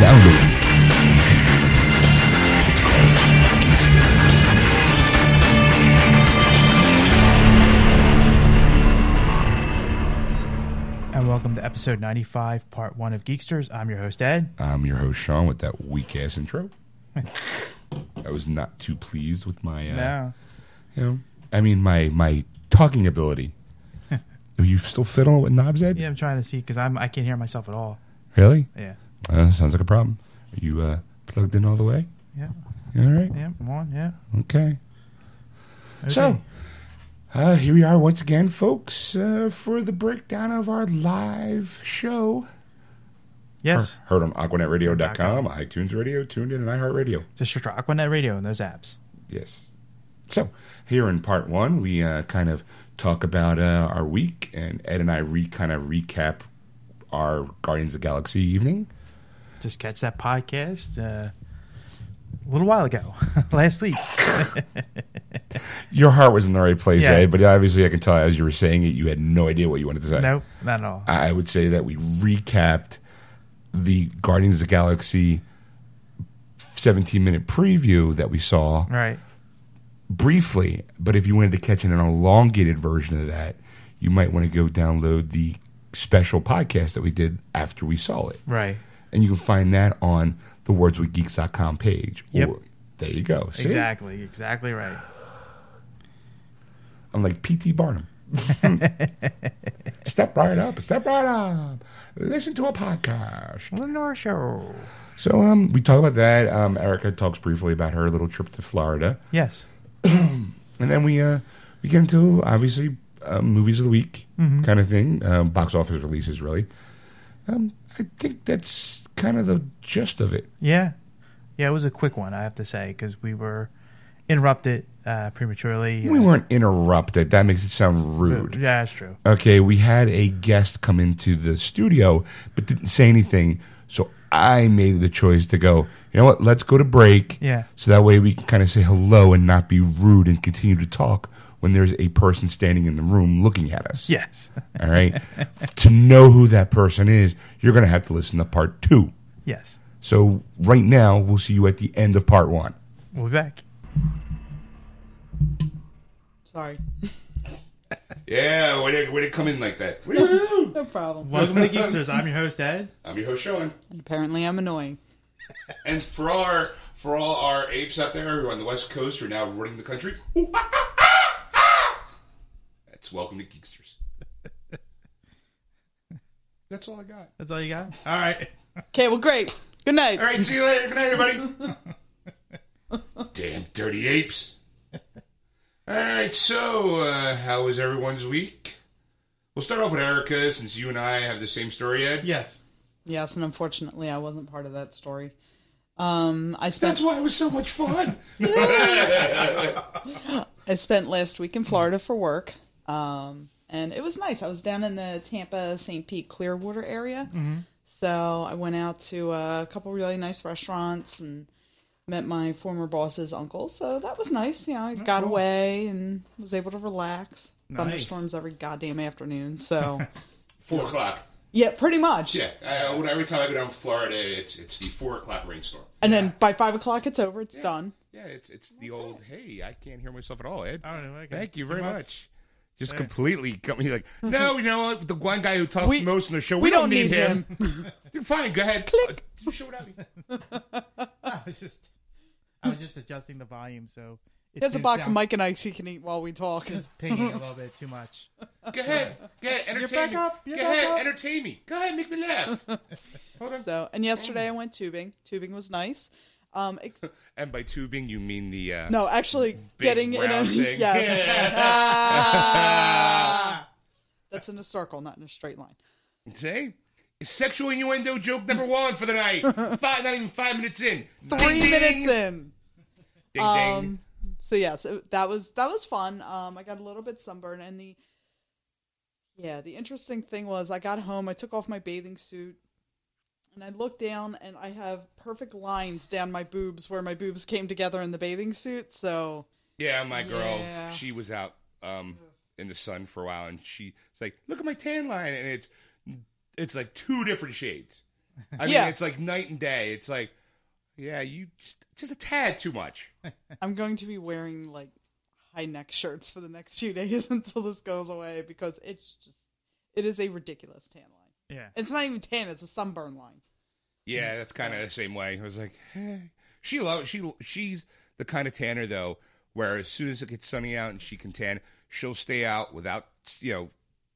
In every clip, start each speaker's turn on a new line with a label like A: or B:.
A: downloading.
B: And welcome to episode 95, part one of Geeksters. I'm your host, Ed.
A: I'm your host Sean with that weak ass intro. I was not too pleased with my. Uh,
B: No.
A: You know, I mean my my talking ability. Are you still fiddling with knobs, Ed?
B: Yeah, I'm trying to see because I'm I can't hear myself at all.
A: Really?
B: Yeah.
A: Uh, sounds like a problem. Are you uh, plugged in all the way?
B: Yeah.
A: You All right.
B: Yeah. Come on. Yeah.
A: Okay. So,
B: Okay.
A: uh, here we are once again, folks, uh, for the breakdown of our live show.
B: yes,
A: Heard on AquanetRadio.com, iTunes Radio, Tuned In, and iHeartRadio.
B: just search for Aquanet Radio and those apps.
A: Yes. So, here in part one, we uh, kind of talk about uh, our week, and Ed and I re kind of recap our Guardians of the Galaxy evening.
B: Just catch that podcast uh, a little while ago, last week.
A: Your heart was in the right place,
B: Yeah.
A: Ed, but obviously I can tell as you were saying it, you had no idea what you wanted to say.
B: no, not at all.
A: I would say that we recapped the Guardians of the Galaxy 17 minute preview that we saw
B: Right.
A: briefly. But if you wanted to catch an elongated version of that, you might want to go download the special podcast that we did after we saw it.
B: Right.
A: And you can find that on the wordswithgeeks.com page.
B: Yep.
A: there you go. See?
B: Exactly. Exactly right.
A: I'm like P.T. Barnum. step right up. Step right up. Listen to a podcast.
B: Listen to our show.
A: So um, we talk about that. Um, Erica talks briefly about her little trip to Florida,
B: Yes.
A: and then we uh, we get into obviously uh, movies of the week kind of thing, um, box office releases really. Um, I think that's kind of the gist of it.
B: Yeah. Yeah, it was a quick one, I have to say, because we were interrupted uh, prematurely.
A: We weren't interrupted. That makes it sound rude.
B: Yeah, that's true.
A: Okay, we had a guest come into the studio but didn't say anything, so I made the choice to go. You know what? Let's go to break.
B: Yeah.
A: So that way we can kind of say hello and not be rude and continue to talk when there's a person standing in the room looking at us.
B: Yes.
A: All right. to know who that person is, you're going to have to listen to part two.
B: yes.
A: So right now, we'll see you at the end of part one.
B: We'll be back.
C: Sorry.
A: Yeah, way to, way to come in like that. Woo!
C: No problem.
B: Welcome to Geeksters. I'm your host, Ed.
A: I'm your host, Sean.
C: And apparently I'm annoying.
A: And for all our for all our apes out there who are on the West Coast who are now running the country, that's welcome to Geeksters. That's all I got.
B: That's all you got? All right.
C: Okay, well great. Good night.
A: All right, see you later. Good night, everybody. Damn dirty apes. All right, so uh, how was everyone's week? We'll start off with Erica since you and I have the same story, Ed.
B: Yes.
C: Yes, and unfortunately I wasn't part of that story. Um I spent
A: That's why it was so much fun.
C: I spent last week in Florida for work. Um and it was nice. I was down in the Tampa St. Pete Clearwater area. So I went out to uh, a couple really nice restaurants and met my former boss's uncle. So that was nice. You know, I got away and was able to relax. Thunderstorms every goddamn afternoon. So
A: Four o'clock.
C: yeah, pretty much.
A: Yeah, I, when- every time I go down to Florida, it's it's the four o'clock rainstorm.
C: And then by five o'clock, it's over. It's done.
A: Yeah, it's it's the old hey, I can't hear myself at all, Ed.
D: Oh,
B: I don't know, okay.
A: Thank you
B: Too
A: very much.
B: much.
A: Just completely got me like no, you know what? The one guy who talks
C: We-
A: most in the show, we,
C: we don't need
A: You're fine. Go ahead. Click. you show without me.
B: I was just I was just adjusting the volume so it
C: Here's a
B: tunes
C: box
B: out.
C: of Mike and Ike's he can eat while we talk.
B: It's pinging a little bit too much.
A: Go ahead. Go ahead. Entertain
B: back
A: me.
B: up. You're
A: go
B: back
A: ahead.
B: up.
A: Entertain me. Go ahead. Make me laugh.
C: So, and yesterday I went tubing. Tubing was nice. Um, ex-
A: and by tubing, you mean the uh,
C: no, actually,
A: big
C: getting in a
A: round thing.
C: yes. Ah. that's in a circle, not in a straight line.
A: Say sexual innuendo joke number one for the night. five, not even five minutes in.
C: Three minutes in.
A: Ding
C: Um, so yes, it- that was that was fun. Um, I got a little bit sunburned, and the yeah, the interesting thing was I got home, I took off my bathing suit, and I looked down, and I have perfect lines down my boobs where my boobs came together in the bathing suit. So
A: Yeah, my girl,
C: Yeah.
A: she was out um, in the sun for a while, and she she's like, "Look at my tan line," and it's it's like two different shades. I
C: Yeah.
A: mean, it's like night and day. It's like, yeah, you just, just a tad too much.
C: I'm going to be wearing like high neck shirts for the next few days until this goes away because it's just it is a ridiculous tan line.
B: Yeah.
C: It's not even tan; it's a sunburn line.
A: Yeah, that's kind of the same way. I was like, hey. she loves she she's the kind of tanner though, where as soon as it gets sunny out and she can tan, she'll stay out without you know,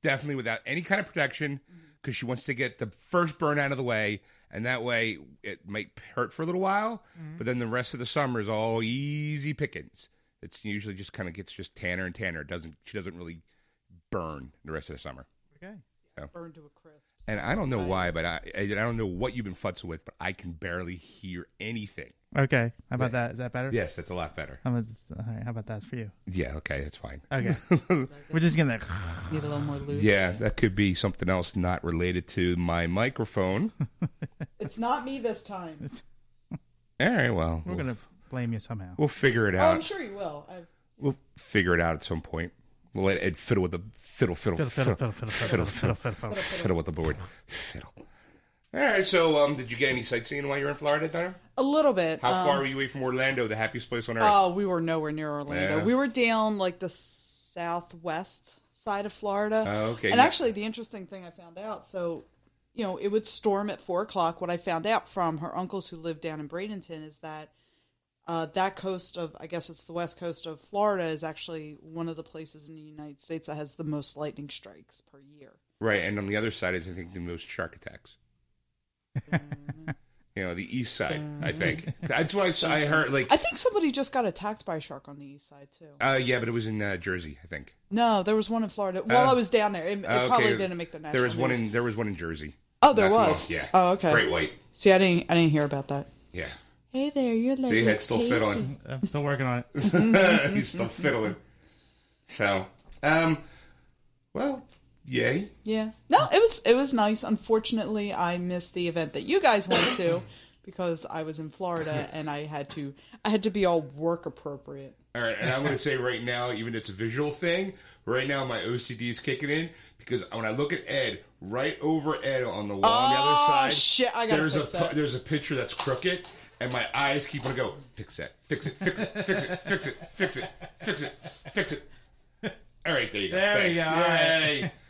A: definitely without any kind of protection because she wants to get the first burn out of the way, and that way it might hurt for a little while, but then the rest of the summer is all easy pickings. It's usually just kind of gets just tanner and tanner. It doesn't she doesn't really burn the rest of the summer.
B: Okay.
C: Burned to a crisp.
A: And I don't know why, but I I don't know what you've been futzing with, but I can barely hear anything.
B: Okay. How about that? Is that better?
A: Yes, that's a lot better.
B: How about, all right, how about that's for you?
A: Yeah, okay, that's fine.
B: Okay. We're just gonna.
C: Need a little more lube.
A: Yeah, that could be something else not related to my microphone.
C: It's not me this time.
A: All right, well,
B: We're
A: we'll,
B: gonna blame you somehow.
A: we'll figure it
C: Oh, I'm
A: out.
C: sure you will. I've,
A: We'll figure it out at some point. We'll let Ed fiddle with the fiddle, fiddle,
B: Fiddle, fiddle, fiddle, fiddle, fiddle, fiddle, fiddle, fiddle.
A: fiddle with the board. Fiddle. All right, so um, did you get any sightseeing while you were in Florida, Donna?
C: a little bit.
A: How
C: um,
A: far were you away from Orlando, the happiest place on earth?
C: Oh, we were nowhere near Orlando.
A: Yeah.
C: We were down like the southwest side of Florida.
A: Oh, okay.
C: And actually, the interesting thing I found out so, you know, it would storm at four o'clock. What I found out from her uncles who lived down in Bradenton is that uh, that coast of, I guess it's the west coast of Florida, is actually one of the places in the United States that has the most lightning strikes per year.
A: Right, and on the other side is I think the most shark attacks.
C: Mm-hmm.
A: you know, the east side, I think. That's why I heard like
C: I think somebody just got attacked by a shark on the east side, too.
A: uh yeah, but it was in uh, Jersey, I think.
C: No, there was one in Florida. While
A: Uh,
C: I was down there, it, it
A: Uh,
C: probably
A: okay,
C: didn't make the national
A: There was one
C: news.
A: in there was one in Jersey.
C: Oh, there
A: Not too
C: was?
A: long- Yeah.
C: Oh, okay.
A: Great white.
C: See, I didn't, I didn't hear about that.
A: Yeah.
C: Hey there, you're like.
A: See, head's still fiddling.
B: I'm Uh, still working on it.
A: He's still fiddling. So, um, well, yay.
C: Yeah. No, it was it was nice. Unfortunately, I missed the event that you guys went to because I was in Florida and I had to I had to be all work appropriate.
A: All right, and I'm going to say right now, even though it's a visual thing, right now my OCD is kicking in because when I look at Ed, right over Ed on the wall on the
C: Oh,
A: other side,
C: shit, I gotta
A: there's a
C: fix that.
A: pu- there's a picture that's crooked, and my eyes keep on go fix that, fix it, fix it, fix it, fix it, fix it, fix it, fix it. All right, there you go.
B: There we
A: Thanks.
B: go, all right.
A: Yay.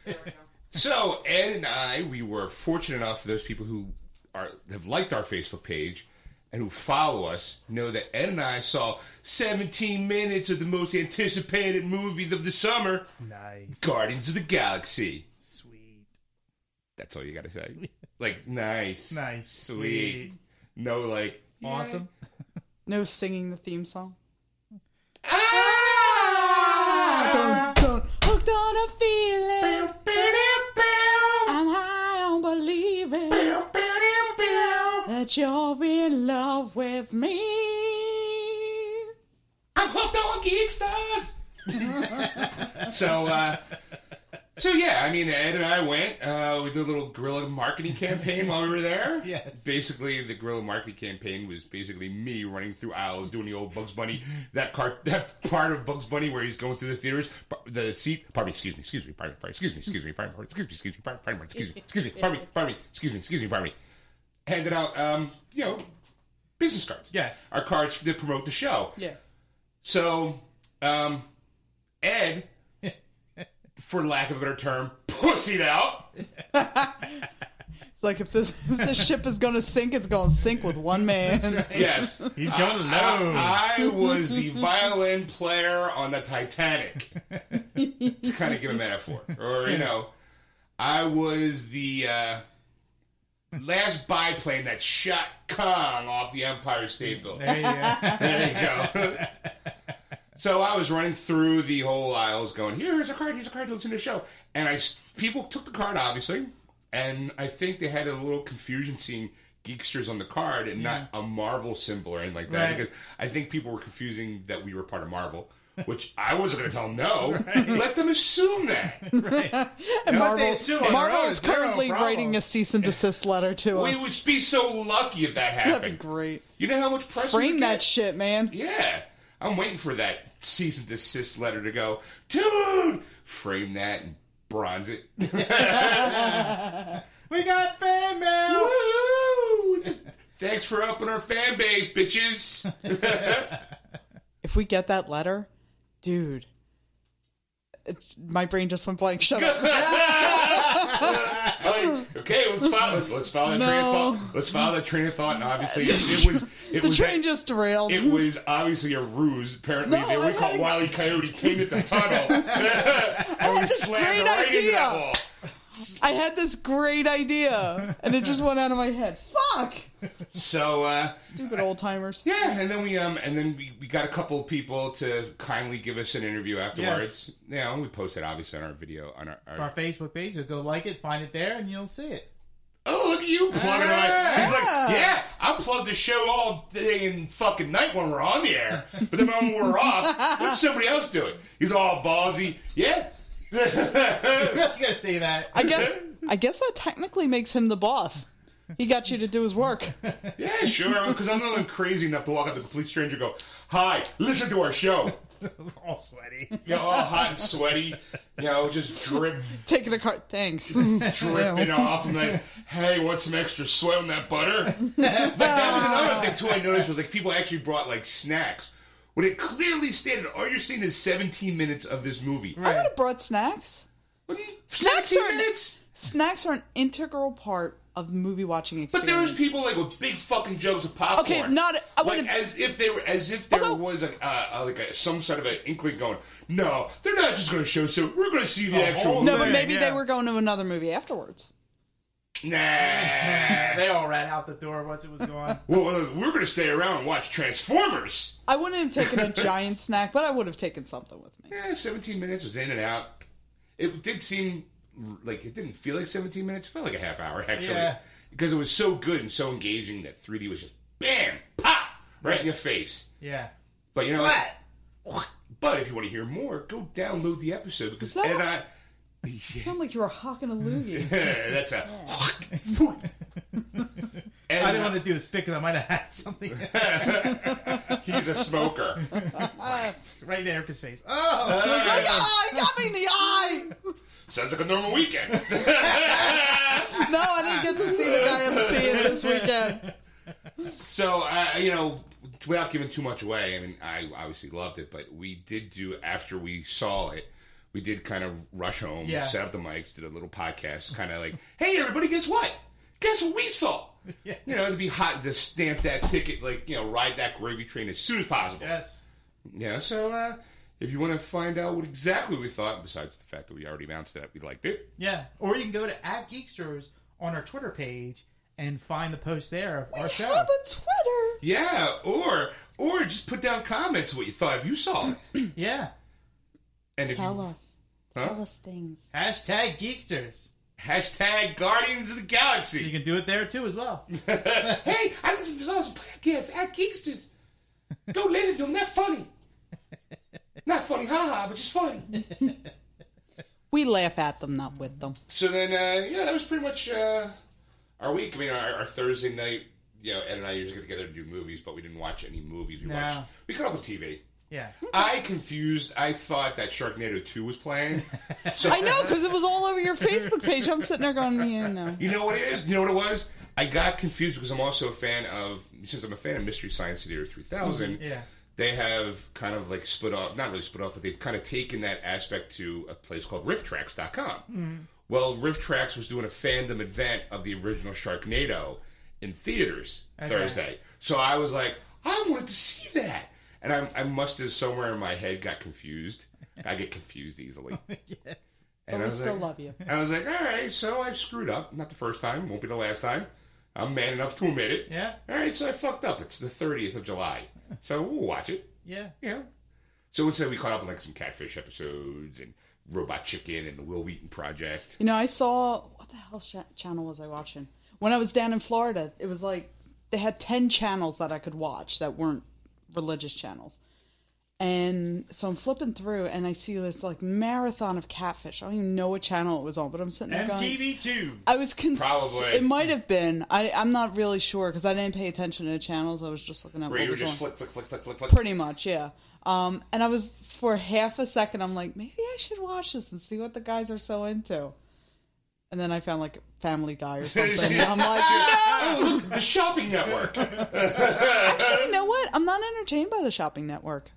A: So Ed and I, we were fortunate enough. Those people who are have liked our Facebook page and who follow us know that Ed and I saw 17 minutes of the most anticipated movie of the summer,
B: Nice.
A: Guardians of the Galaxy.
B: Sweet.
A: That's all you got to say. Like nice,
B: Nice.
A: sweet. No, like
B: Awesome.
C: No singing the theme song.
A: Ah!
C: Dun, dun. Hooked on a feeling. I'm high on believing that you're in love with me.
A: I'm hooked on geek stars. so, uh, so yeah, I mean, Ed and I went. Uh, we did a little guerrilla marketing campaign while we were there.
B: Yes.
A: Basically, the guerrilla marketing campaign was basically me running through aisles, doing the old Bugs Bunny that cart that part of Bugs Bunny where he's going through the theaters, par- the seat. Pardon me, excuse me, excuse me, pardon me, pardon me, excuse me, excuse me, pardon me, pardon me, excuse me, pardon me, pardon me, excuse me, excuse me, pardon me, pardon me, excuse me, excuse me, pardon me. Handed out, um, you know, business cards.
B: Yes.
A: Our cards that promote the show.
C: Yeah.
A: So, um, Ed, for lack of a better term, pussied out.
C: It's like if this if this ship is gonna sink, it's gonna sink with one man.
A: Yes.
B: He's going
A: Ah,
B: low.
A: I, I was the violin player on the Titanic. to kind of give a metaphor. Or, you know, I was the uh, last biplane that shot Kong off the Empire State Building.
B: There you go.
A: There you go. so I was running through the whole aisles, going, "Here's a card. Here's a card. to Listen to the show." And I s- people took the card, obviously, and I think they had a little confusion seeing geeksters on the card and not a Marvel symbol or anything like that,
B: Right.
A: because I think people were confusing that we were part of Marvel. Which I wasn't going to tell them no. Let them assume that.
C: And
B: What they
C: Marvel,
B: assume on their
C: Marvel
B: own
C: is
B: is their own
C: currently
B: problem.
C: writing a cease and desist letter to
A: We
C: us.
A: would be so lucky if that
C: That'd be
A: happened.
C: great.
A: You know how much press we
C: Bring
A: would
C: that
A: get?
C: shit, man.
A: Yeah. I'm waiting for that cease and desist letter to go, dude, frame that and bronze it.
B: We got fan mail.
A: Woo! Thanks for upping our fan base, bitches.
C: If we get that letter, dude, it's, my brain just went blank. Shut up.
A: Like, okay, let's follow. Let's follow that train of
C: No.
A: thought. Let's follow that train of thought. And obviously, it, it was it
C: The
A: was
C: train
A: that-
C: just derailed.
A: it was obviously a ruse. Apparently,
C: No,
A: they
C: I
A: were
C: had
A: called
C: a-
A: Wile E. Coyote came at the tunnel, and we
C: this
A: slammed
C: great
A: it right into that
C: idea.
A: wall.
C: I had this great idea, and it just went out of my head. Fuck!
A: So. uh
C: Stupid old timers.
A: Yeah, and then we um and then we, we got a couple of people to kindly give us an interview afterwards. Yeah, and we posted obviously on our video on our, our-
B: Our Facebook page. So go like it, find it there, and you'll see it.
A: Oh look at you plugging
B: Yeah.
A: on. He's like, Yeah, I'll plug the show all day and fucking night when we're on the air. But then when we're off, let somebody else do it. He's all ballsy. Yeah.
B: you gotta say that.
C: I guess I guess that technically makes him the boss. He got you to do his work.
A: Yeah, sure. Because I'm not crazy enough to walk up to a complete stranger and go, Hi, listen to our show.
B: all sweaty.
A: You know, all hot and sweaty, you know, just drip
C: Taking a cart. Thanks.
A: dripping
C: Ew.
A: off. I'm like, hey, want some extra sweat on that butter? but that was another thing too. I noticed was like people actually brought like snacks. When it clearly stated, all you're seeing is 17 minutes of this movie.
C: I would have brought snacks. Snacks
A: 17
C: are-
A: minutes?
C: Snacks are an integral part of the movie watching
A: But
C: experience.
A: there was people like with big fucking jugs of popcorn.
C: Okay, not. I
A: like
C: would have.
A: as if they were as if there
C: Although-
A: was a, uh, uh, like a, some sort of an inkling going. No, they're not just going to show so we're going to see the
B: A
A: actual.
B: whole
C: No, but
B: Yeah,
C: maybe
B: yeah.
C: they were going to another movie afterwards.
A: Nah,
B: They all ran out the door once it was gone.
A: well, uh, we're going to stay around and watch Transformers.
C: I wouldn't have taken a giant snack, but I would have taken something with me.
A: Eh, 17 minutes was in and out. It did seem like it didn't feel like 17 minutes. It felt like a half hour, actually.
B: Yeah.
A: Because it was so good and so engaging that 3D was just bam, pop, right in your face.
B: yeah.
A: But you know,
B: Splat!
A: but if you want to hear more, go download the episode because
C: that-
A: and I,
C: Sound like you were hawking a loogie.
A: that's a. and
B: I didn't want to do the spick because I might have had something
A: he's a smoker.
B: right in Erica's face. Oh, so-
C: like, oh, he got me in the eye.
A: Sounds like a normal weekend.
C: No, I didn't get to see the guy I'm seeing this weekend.
A: So uh, you know, without giving too much away, I mean, I obviously loved it, but we did do after we saw it, we did kind of rush home,
B: Yeah.
A: set up the mics, did a little podcast, kind of like, hey everybody, guess what? Guess what we saw?
B: Yeah.
A: You know, it'd be hot to stamp that ticket, like you know, ride that gravy train as soon as possible.
B: yes.
A: Yeah. so uh, if you want to find out what exactly we thought, besides the fact that we already announced that we liked it,
B: Yeah. Or you can go to at Geeksters on our Twitter page and find the post there of our show.
C: Have a Twitter.
A: yeah, or or just put down comments what you thought if you saw it,
B: Yeah.
A: and if
C: Tell
A: you
C: us.
A: Huh?
C: Tell us things.
B: Hashtag Geeksters.
A: Hashtag Guardians of the
B: You
A: Galaxy.
B: can do it there too as well.
A: hey, I listen to those podcasts at Geeksters. Go listen to them. They're funny. Not funny, haha, but just funny.
C: We laugh at them, not with them.
A: So then, uh, yeah, that was pretty much uh, our week. I mean, our, our Thursday night, you know, Ed and I usually get together to do movies, but we didn't watch any movies. We
B: No.
A: watched, we caught up with TV.
B: Yeah.
A: I confused. I thought that Sharknado 2 was playing. So
C: I know, because it was all over your Facebook page. I'm sitting there going, yeah, no.
A: You know what it is? You know what it was? I got confused because I'm also a fan of, since I'm a fan of Mystery Science Theater 3000,
B: Yeah.
A: they have kind of like split off, not really split off, but they've kind of taken that aspect to a place called RiffTracks.com.
C: Mm-hmm.
A: Well, RiffTracks was doing a fandom event of the original Sharknado in theaters Thursday. So I was like, I wanted to see that. And I, I must have somewhere in my head got confused. I get confused easily.
B: Yes.
A: And I
C: we
A: was
C: still
A: like-
C: love you.
A: I was like, all right, so I screwed up. Not the first time, won't be the last time. I'm man enough to admit it.
B: Yeah.
A: All right, so I fucked up. It's the 30th of July. So we'll watch it.
B: Yeah.
A: Yeah. So instead, we caught up on like some catfish episodes and Robot Chicken and the Will Wheaton Project.
C: You know, I saw what the hell cha- channel was I watching when I was down in Florida? It was like they had ten channels that I could watch that weren't religious channels, and so I'm flipping through and I see this like marathon of catfish. I don't even know what channel it was on, but I'm sitting there going.
B: MTV2.
C: I was cons-
A: Probably.
C: It might have been. I, I'm not really sure because I didn't pay attention to the channels. I was just looking at
A: Where
C: what
A: you were
C: was
A: just
C: on.
A: flick, flick, flick, flick, flick, flick.
C: Pretty much, yeah. Um, and I was for half a second, I'm like, maybe I should watch this and see what the guys are so into. And then I found like Family Guy or something. and I'm like,
A: Oh, the shopping network.
C: you know what? I'm not entertained by the shopping network.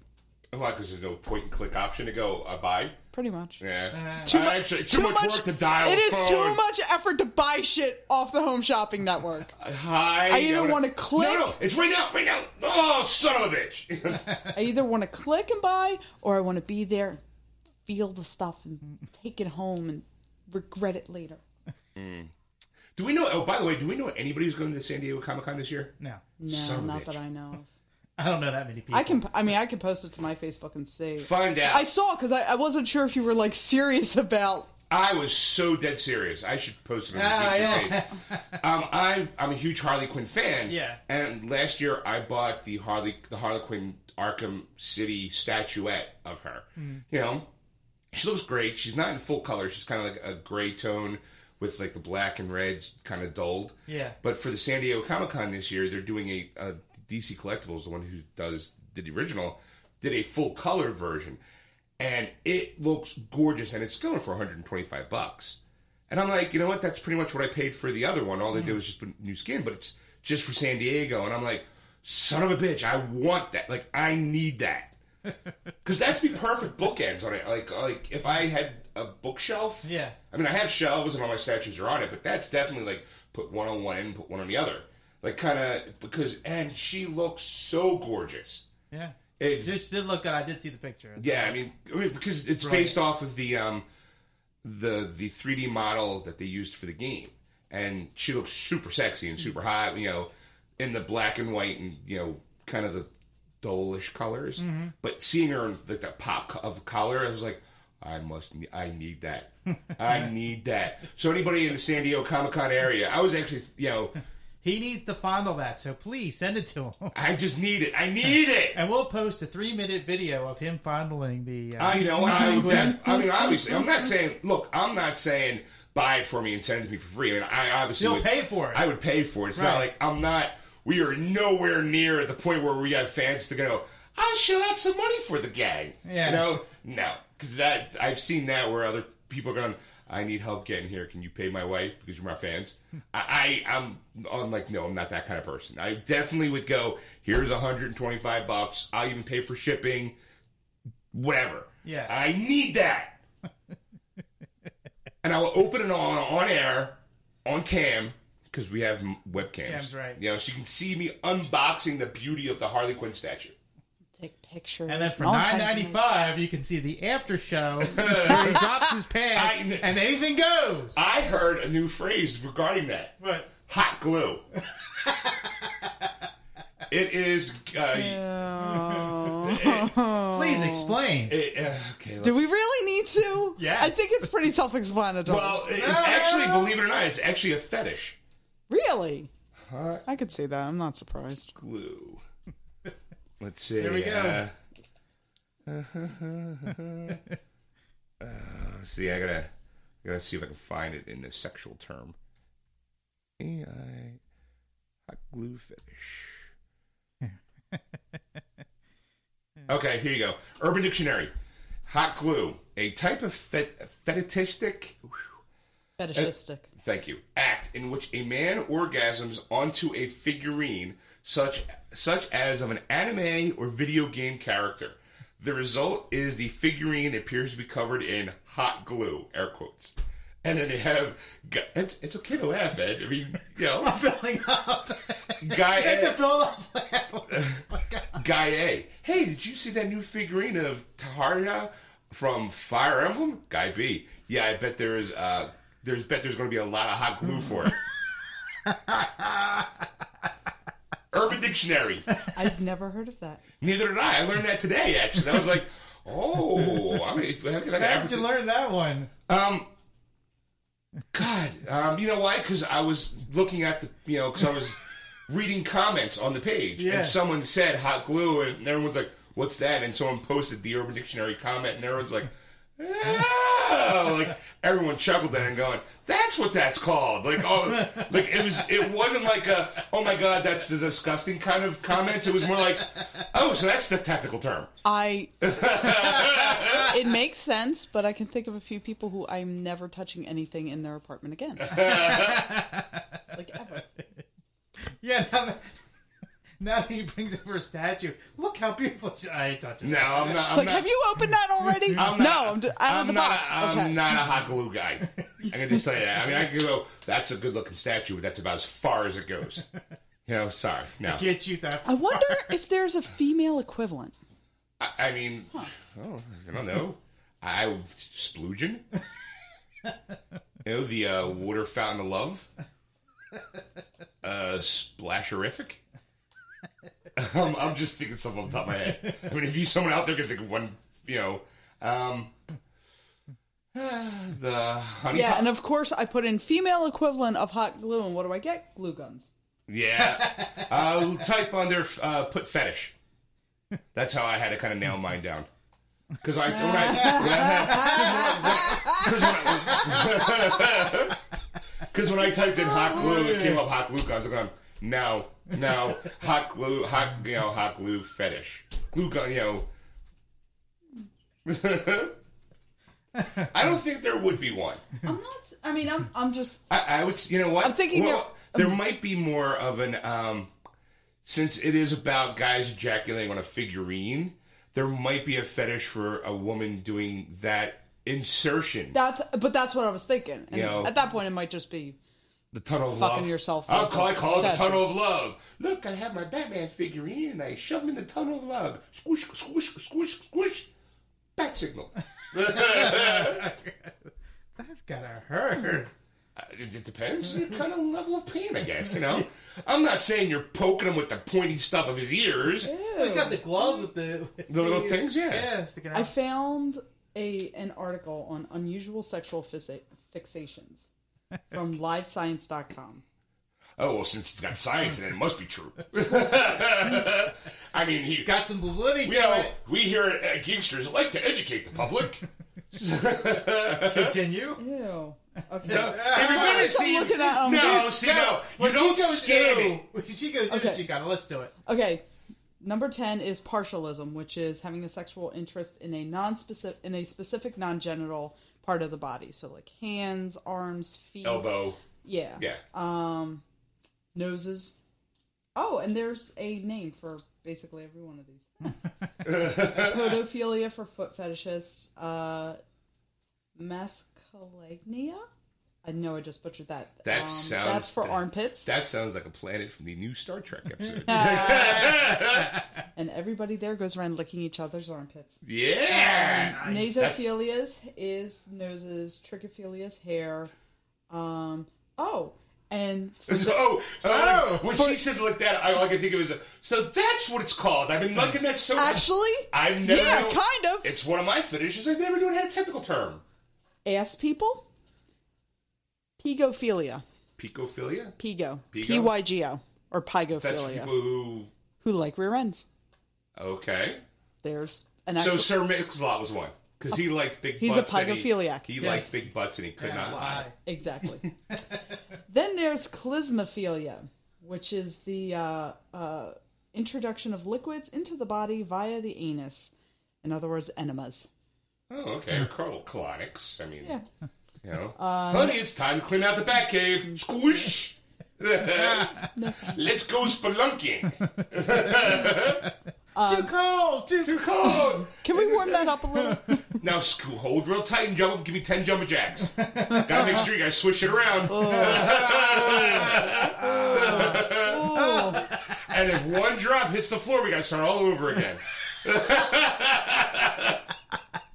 A: Why? Because there's no point and click option to go uh, buy.
C: Pretty much.
A: Yeah.
C: Uh, Too mu-
A: Actually, too, much, work to dial
C: It is
A: phone.
C: too much effort to buy shit off the home shopping network.
A: Hi.
C: I either
A: no, no.
C: wanna click-
A: No, no, it's right now, right now. Oh, son of a bitch.
C: I either want to click and buy, or I want to be there, feel the stuff, and take it home and regret it later.
A: do we know? Oh, by the way, do we know anybody who's going to San Diego Comic Con this year?
B: No,
C: No,
A: Son of a
C: not
A: bitch.
C: that I know of.
B: I don't know that many people.
C: I can. I mean, I can post it to my Facebook and see.
A: Find out.
C: I saw because I, I wasn't sure if you were like serious about.
A: I was so dead serious. I should post it on the
B: Ah,
A: feature
B: yeah.
A: page. Um, I'm I'm a huge Harley Quinn fan.
B: Yeah.
A: And last year I bought the Harley the Harley Quinn Arkham City statuette of her.
B: Hmm.
A: You know, she looks great. She's not in full color. She's kind of like a gray tone with like the black and reds kind of dulled.
B: Yeah.
A: But for the San Diego Comic Con this year, they're doing a, a DC Collectibles, the one who does did the original, did a full color version, and it looks gorgeous, and it's going for 125 bucks. And I'm like, you know what? That's pretty much what I paid for the other one. All they did was just put new skin, but it's just for San Diego. And I'm like, son of a bitch, I want that. Like, I need that. Because that'd be perfect bookends on it. Like, like if I had a bookshelf.
B: Yeah.
A: I mean, I have shelves and all my statues are on it, but that's definitely like put one on one and put one on the other. Like, kind of because, and she looks so gorgeous.
B: Yeah,
A: It's
B: she did look good. I did see the picture.
A: yeah, I mean, I mean because it's based off of the um, the the 3D model that they used for the game, and she looks super sexy and super hot, you know, in the black and white and you know, kind of the dolish colors. But seeing her in like that pop co- of color, I was like, I must, ne- I need that, I need that. So anybody in the San Diego Comic Con area, I was actually, you know,
B: He needs to fondle that, so please send it to him.
A: I just need it, I need it.
B: And we'll post a three-minute video of him fondling the. Uh,
A: I you know, I, def- I mean, obviously, I'm not saying. Look, I'm not saying buy it for me and send it to me for free. I mean, I obviously
B: You'll
A: would,
B: pay for it.
A: I would pay for it. It's
B: Right.
A: not like I'm not. We are nowhere near at the point where we have fans to go. I'll shell out some money for the gang.
B: Yeah.
A: You know, no, because that I've seen that where other people are going. I need help getting here. Can you pay my way because you're my fans? I, I I'm I'm like no, I'm not that kind of person. I definitely would go. Here's 125 bucks. I'll even pay for shipping whatever.
B: Yeah.
A: I need that. and I will open it on on air, on cam, because we have m- webcams.
B: Cams, right.
A: You know, so you can see me unboxing the beauty of the Harley Quinn statue.
C: Take pictures.
B: And then for
C: all
B: nine
C: kinds of-
B: ninety five, you can see the after show where he drops his pants
A: I-
B: and anything goes.
A: I heard a new phrase regarding that.
B: But
A: Hot glue. it is. Uh,
C: Oh.
B: please explain.
A: it- uh, okay.
C: Do we really need to?
B: Yes.
C: I think it's pretty self-explanatory.
A: well, it- actually, believe it or not, it's actually a fetish.
C: really,
A: Hot
C: I could see that. I'm not surprised.
A: glue. Let's see.
B: There we go.
A: Uh, uh, see, I gotta, I gotta see if I can find it in the sexual term. AI hot glue fetish. okay, here you go. Urban Dictionary. Hot glue, a type of fet- fetishistic.
C: Fetishistic.
A: Thank you. Act in which a man orgasms onto a figurine such such as of an anime or video game character. The result is the figurine appears to be covered in hot glue, air quotes. And then they have gu- it's, it's okay to laugh, Ed. I mean, you know,
B: Filling up.
A: guy
B: it's a
A: A,
B: build up laugh. Oh my God.
A: guy A. Hey, did you see that new figurine of Taharia from Fire Emblem? Guy B. Yeah, I bet there is uh there's bet there's going to be a lot of hot glue for it. Urban Dictionary.
C: I've never heard of that.
A: Neither did I. I learned that today, actually. I was like, oh, I mean, how can I
B: How did you learn that one?
A: Um, God, um, you know why? Because I was looking at the, you know, because I was reading comments on the page,
B: Yeah.
A: and someone said hot glue, and everyone's like, "What's that?" And someone posted the Urban Dictionary comment, and everyone's like, "Ah." oh, like everyone chuckled at it and going, that's what that's called. Like, oh, like it was, it wasn't like a, oh my god, that's the disgusting kind of comments. It was more like, oh, so that's the technical term.
C: I. it makes sense, but I can think of a few people who I'm never touching anything in their apartment again. like ever.
D: Yeah, now that, now that he brings over a statue, look how beautiful. She, I ain't touching
A: No,
D: it.
A: I'm not. I'm
C: It's like,
A: not
C: have you opened that already?
A: I'm
C: no,
A: not-
C: I'm d- out of
A: I'm
C: the
A: not,
C: box.
A: I'm
C: okay.
A: not a hot glue guy. I can just tell you. that. I mean, I can go. That's a good looking statue, but that's about as far as it goes. You know, sorry. No,
D: Get you that.
C: I wonder if there's a female equivalent.
A: I, I mean, oh, I don't know. I sploogin. You know the uh, water fountain of love. Uh, splasherific. um, I'm just thinking stuff off the top of my head. I mean, if you someone out there can think of one, you know, um, the honey.
C: Yeah,
A: pot-
C: and of course I put in female equivalent of hot glue, and what do I get? Glue guns.
A: Yeah. uh, type under uh, put fetish. That's how I had to kind of nail mine down. Because I, when I, when I, because when, I, 'cause when I typed in hot glue, it came up hot glue guns. I'm going, no, no, um, hot glue, hot, you know, hot glue fetish, glue gun, you know. I don't think there would be one.
C: I'm not. I mean, I'm. I'm just.
A: I, I would. s- You know what?
C: I'm thinking um,
A: Well, there might be more of an um, since it is about guys ejaculating on a figurine. There might be a fetish for a woman doing that insertion.
C: That's. But that's what I was thinking. And
A: Yeah.
C: at that point, it might just be.
A: the tunnel of
C: Fucking
A: love.
C: yourself
A: I'll
C: with
A: call, I
C: the
A: call it the
C: statue.
A: tunnel of love. Look, I have my Batman figurine and I shove him in the tunnel of love. Squish, squish, squish, squish. Bat signal.
D: That's gotta hurt.
A: It, it depends on your kind of level of pain, I guess. You know, I'm not saying you're poking him with the pointy stuff of his ears.
D: He's got the gloves with the with
A: The little things, yeah.
D: Yeah, sticking out.
C: I found a an article on unusual sexual fixa- fixations from LiveScience.com.
A: Oh well, since it's got science in it, it must be true. I mean, he,
D: got some validity
A: you
D: to
A: know, we here at Geeksters like to educate the public.
D: it. Continue.
C: Ew. Okay.
A: Everybody
C: Stop
A: sees
C: looking at him.
A: no, see, no, you
D: when
A: don't
D: she goes
A: scan
D: ew,
A: it.
D: When she goes
C: Okay.
D: ew, she got it. Let's do it.
C: Okay. Number 10 is partialism, which is having a sexual interest in a non-specific in a specific non-genital part of the body. So like hands, arms, feet,
A: Elbow,
C: Yeah.
A: yeah.
C: Noses. Oh, and there's a name for basically every one of these. Podophilia for foot fetishists, uh mascalignia? I know I just butchered that.
A: That
C: Um,
A: sounds-
C: That's for
A: that-
C: armpits.
A: that sounds like a planet from the new Star Trek episode.
C: and everybody there goes around licking each other's armpits.
A: yeah,
C: Nasophilias is noses, trichophilias hair. Um, oh, and
A: So, oh, oh,
D: Oh.
A: when she says it like that, I, all I can think of is so that's what it's called. I've been looking at so much.
C: actually,
A: I've never
C: yeah,
A: known-
C: kind of
A: It's one of my finishes. I've never known it had a technical term.
C: ass people. Pigophilia,
A: Picophilia.
C: pigo,
A: Pigo?
C: p y g o, or
A: That's for
C: pigophilia,
A: people who
C: who like rear ends.
A: Okay.
C: There's an
A: So
C: actual.
A: Sir Mix-a-Lot was one because he liked big.
C: He's a
A: butts and he-
C: pygophiliac.
A: He,
C: Yes.
A: liked big butts and he could not lie.
C: Exactly. then there's clismophilia, which is the uh, uh, introduction of liquids into the body via the anus. In other words, enemas.
A: Oh, okay. Or Carl colonics. I mean,
C: Yeah. Um,
A: you know, honey, it's time to clean out the back cave. Squish. Let's go spelunking.
C: Um,
D: too cold. Too,
A: Too cold.
C: Can we warm that up a little?
A: Now sco- hold real tight and jump. Give me ten jumper jacks. Gotta make sure you guys swish it around.
C: Oh.
A: And if one drop hits the floor, we gotta start all over again.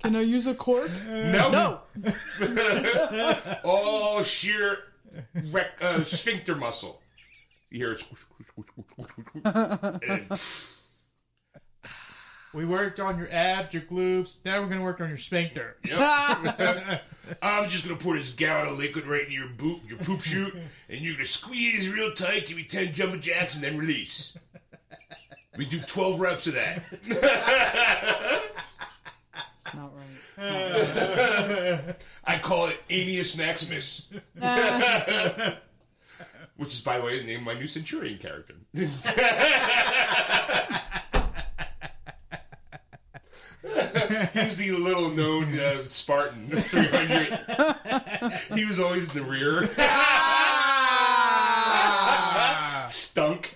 C: Can I use a cork?
A: No. all Oh, sheer rec- uh, sphincter muscle. You hear it. squish, squish, squish, squish, squish, squish. And, pff,
D: We worked on your abs, your glutes. Now we're gonna work on your sphincter.
A: I'm just gonna pour this gallon of liquid right into your boot, your poop chute, and you're gonna squeeze real tight. Give me ten jumping jacks and then release. We do twelve reps of that.
C: It's not right.
A: I call it Aeneas Maximus, which is, by the way, the name of my new Centurion character. He's the little known uh, Spartan 300. he was always in the rear. Stunk.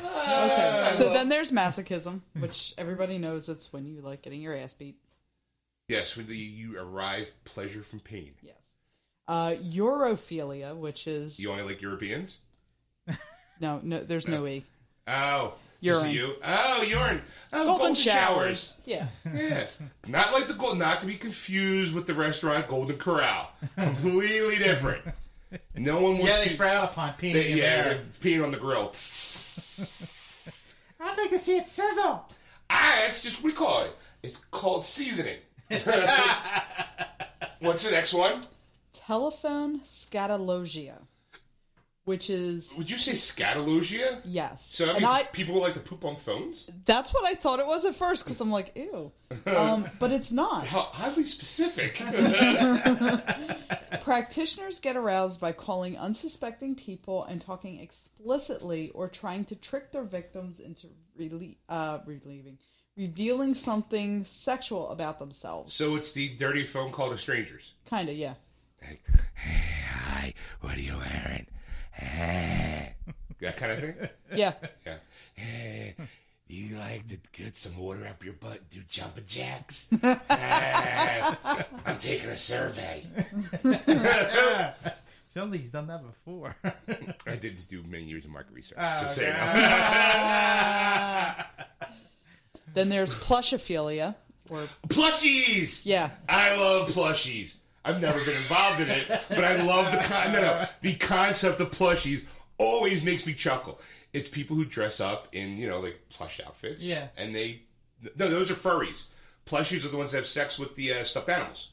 C: Okay. So then there's masochism, which everybody knows it's when you like getting your ass beat.
A: yes, when the, you arrive pleasure from pain.
C: Yes. Uh, Europhilia, which is
A: You only like Europeans?
C: no, no, there's no e.
A: Oh. just
C: Urine.
A: You. Oh, urine. Oh,
C: Golden, showers. Yeah.
A: Yeah. Not like the gold, not to be confused with the restaurant Golden Corral. Completely different. No one wants
D: Yeah,
A: to.
D: they frown upon peeing
A: they-
D: in
A: yeah,
D: there.
A: they're peeing on the grill.
D: I'd like to see it sizzle.
A: Ah, that's just what we call it. It's called seasoning. What's the next one?
C: Telephone scatologia, which is
A: Would you say scatologia?
C: yes.
A: So that
C: and
A: means
C: I
A: people who like to poop on phones?
C: that's what I thought it was at first because I'm like ew, um, but it's not.
A: How oddly specific.
C: Practitioners get aroused by calling unsuspecting people and talking explicitly or trying to trick their victims into relie- uh, relieving, revealing something sexual about themselves.
A: so it's the dirty phone call to strangers.
C: Kinda, yeah.
A: Hi, what are you wearing? that kind of thing?
C: Yeah.
A: Yeah. Hey, you like to get some water up your butt, and do jumping jacks? I'm taking a survey.
D: Sounds like he's done that before.
A: I did do many years of market research.
D: Oh,
A: just saying.
C: Then there's plushophilia, or
A: Plushies!
C: yeah,
A: I love plushies. I've never been involved in it, but I love the con- no, no, the concept of plushies always makes me chuckle. It's people who dress up in you know like plush outfits,
D: Yeah.
A: and they no, those are furries. Plushies are the ones that have sex with the uh, stuffed animals.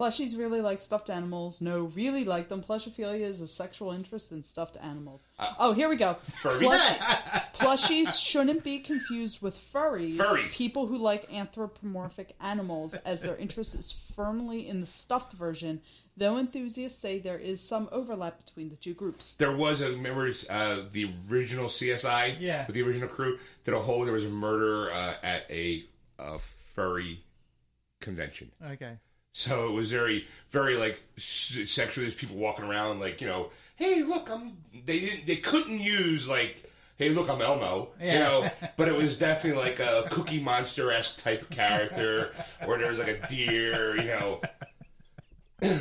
C: plushies really like stuffed animals. No, really like them. Plushophilia is a sexual interest in stuffed animals. oh, here we go.
A: Furries?
C: Plushies shouldn't be confused with furries,
A: Furries.
C: people who like anthropomorphic animals, as their interest is firmly in the stuffed version, though enthusiasts say there is some overlap between the two groups.
A: There was a remember uh, the original CSI,
D: Yeah.
A: with the original crew did a whole. There was a murder uh, at a, a furry convention.
D: okay.
A: So it was very, very like s- sexually. There's people walking around like you know, hey, look, I'm. They didn't. They couldn't use like, hey, look, I'm Elmo. You
D: Yeah.
A: know, but it was definitely like a Cookie Monster esque type character, or there was like a deer. You know,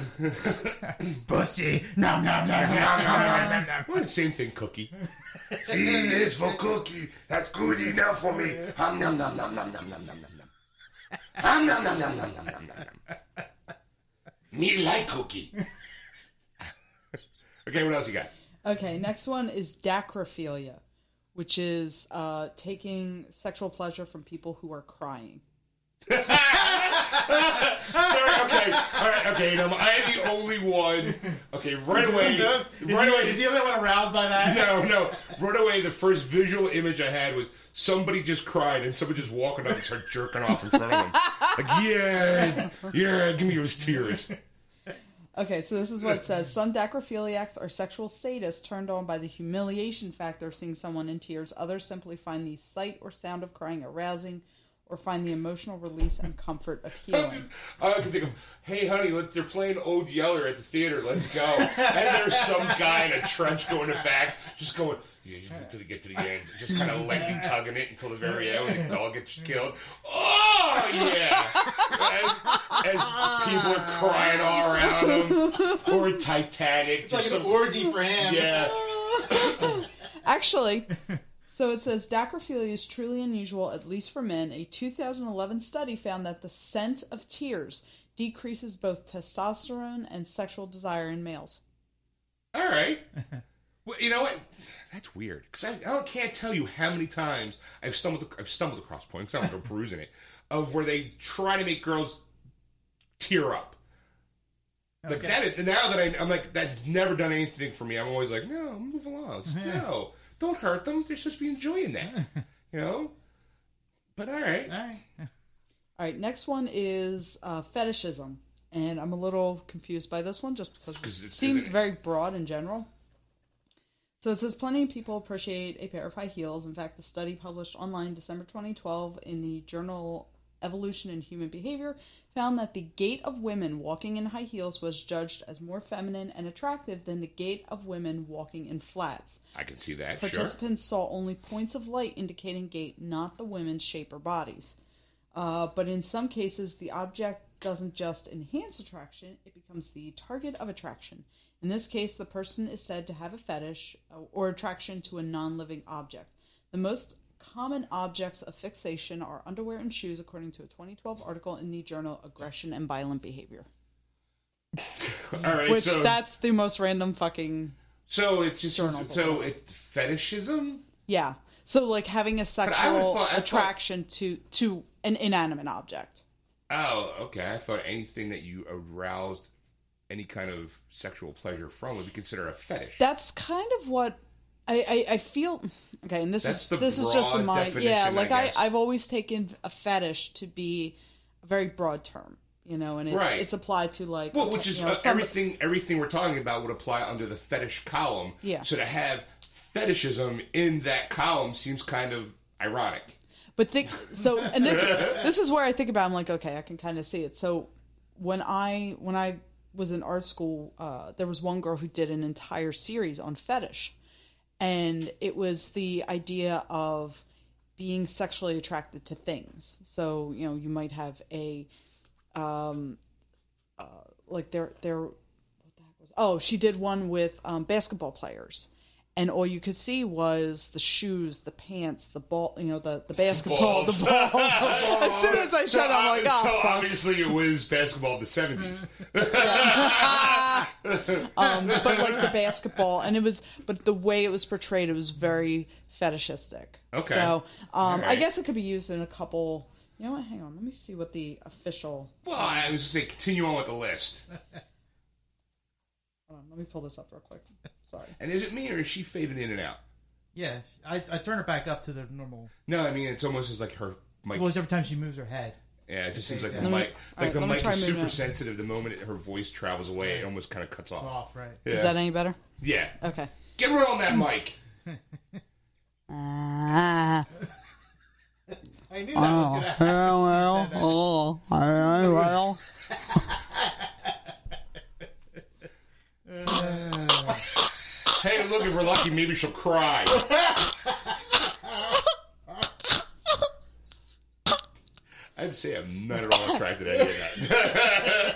D: Bussy. Nom nom nom nom nom nom nom.
A: well, the same thing, Cookie.
E: C is for cookie. That's good enough for me. Hum nom nom nom nom nom nom nom nom nom. Hum nom nom nom nom nom nom nom nom.
A: Me like Cookie. okay, what else you got?
C: Okay, next one is dacrophilia, which is uh, taking sexual pleasure from people who are crying.
A: Sorry. Okay. All right. Okay. No, I am the only one. Okay. Right away.
D: Is, he,
A: Right away.
D: is he the only one aroused by that?
A: No, no. Right away, the first visual image I had was somebody just crying and somebody just walking up and start jerking off in front of them. Like, yeah, yeah, give me those tears.
C: Okay, so this is what it says. Some dacrophiliacs are sexual sadists turned on by the humiliation factor of seeing someone in tears. Others simply find the sight or sound of crying arousing or find the emotional release and comfort appealing.
A: I can think of, hey, honey, look, they're playing Old Yeller at the theater. Let's go. And there's some guy in a trench going to back, just going, yeah, just until they get to the end, just kind of lightly tugging it until the very end when the dog gets killed. Oh, yeah. As, as people are crying all around them. Or Titanic.
D: It's like
A: just
D: an
A: some-
D: orgy for him.
A: Yeah.
C: Actually, so it says dacrophilia is truly unusual, at least for men. A 2011 study found that the scent of tears decreases both testosterone and sexual desire in males.
A: All right. Well, you know what? That's weird because I, I don't- can't tell you how many times I've stumbled I've stumbled across points. I'm not perusing it of where they try to make girls tear up. Like
D: Okay.
A: that. Is, now that I, I'm like that's never done anything for me. I'm always like, no, move along. Just, No, don't hurt them. They're supposed to be enjoying that. You know. But all right.
D: All right.
C: All right, next one is uh, fetishism, and I'm a little confused by this one just because
A: 'Cause
C: it
A: it's-
C: seems
A: is it-
C: very broad in general. So it says plenty of people appreciate a pair of high heels. In fact, the study published online December 2012 in the journal Evolution and Human Behavior found that the gait of women walking in high heels was judged as more feminine and attractive than the gait of women walking in flats.
A: I can see that. Sure.
C: Participants saw only points of light indicating gait, not the women's shape or bodies. Uh, but in some cases, the object doesn't just enhance attraction, it becomes the target of attraction. In this case, the person is said to have a fetish uh, or attraction to a non living object. The most common objects of fixation are underwear and shoes, according to a 2012 article in the journal Aggression and Violent Behavior.
A: All right.
C: Which
A: so,
C: that's the most random fucking.
A: so it's just
C: Journal.
A: so it's fetishism.
C: Yeah. So like having a
A: would've
C: sexual
A: thought- I thought-
C: attraction to to an inanimate object.
A: Oh, okay. I thought anything that you aroused any kind of sexual pleasure from would be considered a fetish.
C: That's kind of what I I, I feel. Okay, and this
A: That's
C: is
A: the
C: this is just
A: broad
C: my
A: definition,
C: yeah.
A: I
C: Like I,
A: guess.
C: I have always taken a fetish to be a very broad term, you know, and it's
A: Right.
C: it's applied to like
A: well,
C: okay,
A: which is
C: you know,
A: uh,
C: somebody-
A: everything. Everything we're talking about would apply under the fetish column.
C: Yeah.
A: So to have fetishism in that column seems kind of ironic.
C: But think so, and this this is where I think about. I'm like, okay, I can kind of see it. So when I when I was in art school, uh, there was one girl who did an entire series on fetish, and it was the idea of being sexually attracted to things. So you know, you might have a um, uh, like there there what the heck was oh she did one with um, basketball players and all you could see was the shoes the pants the ball you know the, the basketball the ball as soon as i
A: So,
C: said it, i'm like
A: obvi-
C: oh
A: so
C: fuck. Mm-hmm.
A: obviously it was basketball of the 70s.
C: um, but like the basketball, and it was, but the way it was portrayed, it was very fetishistic.
A: Okay.
C: So um, I
A: Alright.
C: guess it could be used in a couple. You know what? Hang on, let me see what the official.
A: well, I was just saying, continue on with the list.
C: Hold on, let me pull this up real quick. Sorry.
A: And is it me or is she fading in and out?
D: Yeah, I, I turn it back up to the normal.
A: No, I mean, it's almost as like her mic.
D: Well, it's every time she moves her head.
A: yeah, it just seems like the mic.
D: Let
C: me-
A: Like
C: alright,
A: the
C: let me
A: mic
C: try
A: is
C: moving
A: super
C: it.
A: sensitive. The moment her voice travels away, it almost kind of cuts off.
D: Off, right?
A: Yeah.
C: Is that any better?
A: yeah.
C: Okay.
A: Get rid on that mic.
C: Ah.
D: I knew that was gonna happen.
C: well, oh, well.
A: Hey, look, if we're lucky, maybe she'll cry. I'd say I'm not at all attracted to any of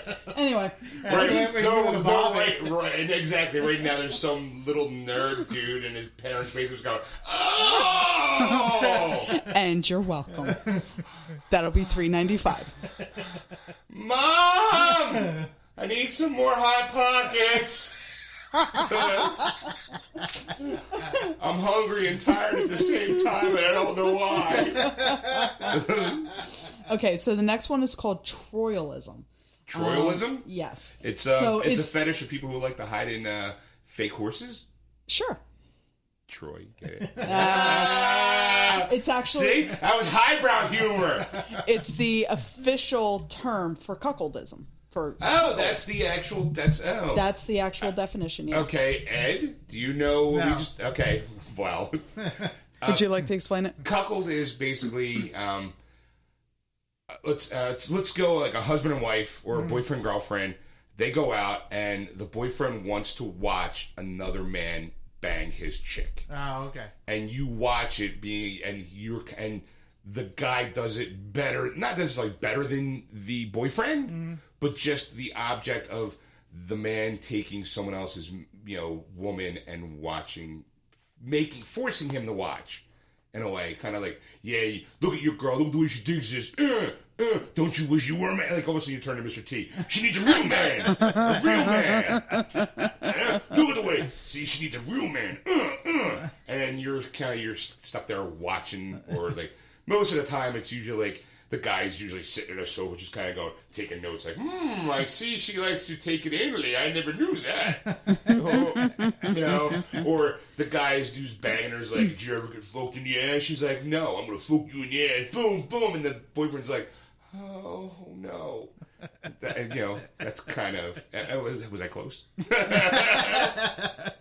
A: that.
C: Anyway,
A: Right,
D: Wait, wait,
A: no,
D: wait,
A: no,
D: Bob.
A: right, right, exactly. Right now, there's some little nerd dude in his parents' basements going, "Oh,
C: and you're welcome. That'll be three ninety five.
A: mom, I need some more hot pockets. I'm hungry and tired at the same time, and I don't know why."
C: Okay, so the next one is called Troialism.
A: Troialism.
C: Yes.
A: It's uh,
C: so
A: Um, it's,
C: it's,
A: a fetish of people who like to hide in uh, fake horses.
C: sure.
A: Troy, get it? Uh,
C: It's actually
A: See, that was highbrow humor.
C: it's the official term for cuckoldism. For
A: Oh, that's the actual. That's oh.
C: that's the actual definition. Yeah.
A: okay, Ed. Do you know? what
D: No.
A: We just okay. Wow.
C: Would you like to explain it?
A: Cuckold is basically um. Let's uh, let's let's go like a husband and wife or a boyfriend girlfriend. They go out and the boyfriend wants to watch another man bang his chick,
D: Oh, okay.
A: and you watch it being and you're and the guy does it better, not necessarily better than the boyfriend, but just the object of the man taking someone else's you know woman and watching, making forcing him to watch. In a way, kind of like, yeah, look at your girl, look at the way she digs this. Uh, uh, don't you wish you were a man? Like, all of a sudden you turn to Mr. T. She needs a real man! A real man! Uh, look at the way. See, she needs a real man. Uh, uh. And you're kind of you're st- stuck there watching, or like most of the time, it's usually like the the guy's usually sitting in a sofa, just kind of going, taking notes, like, hmm, I see she likes to take it anally. I never knew that. or, you know, or the guys who's bangers, like, did you ever get fucked in the ass? She's like, no, I'm going to fuck you in the ass. Boom, boom. And the boyfriend's like, oh, no. That, and, you know, that's kind of, uh, was was I close?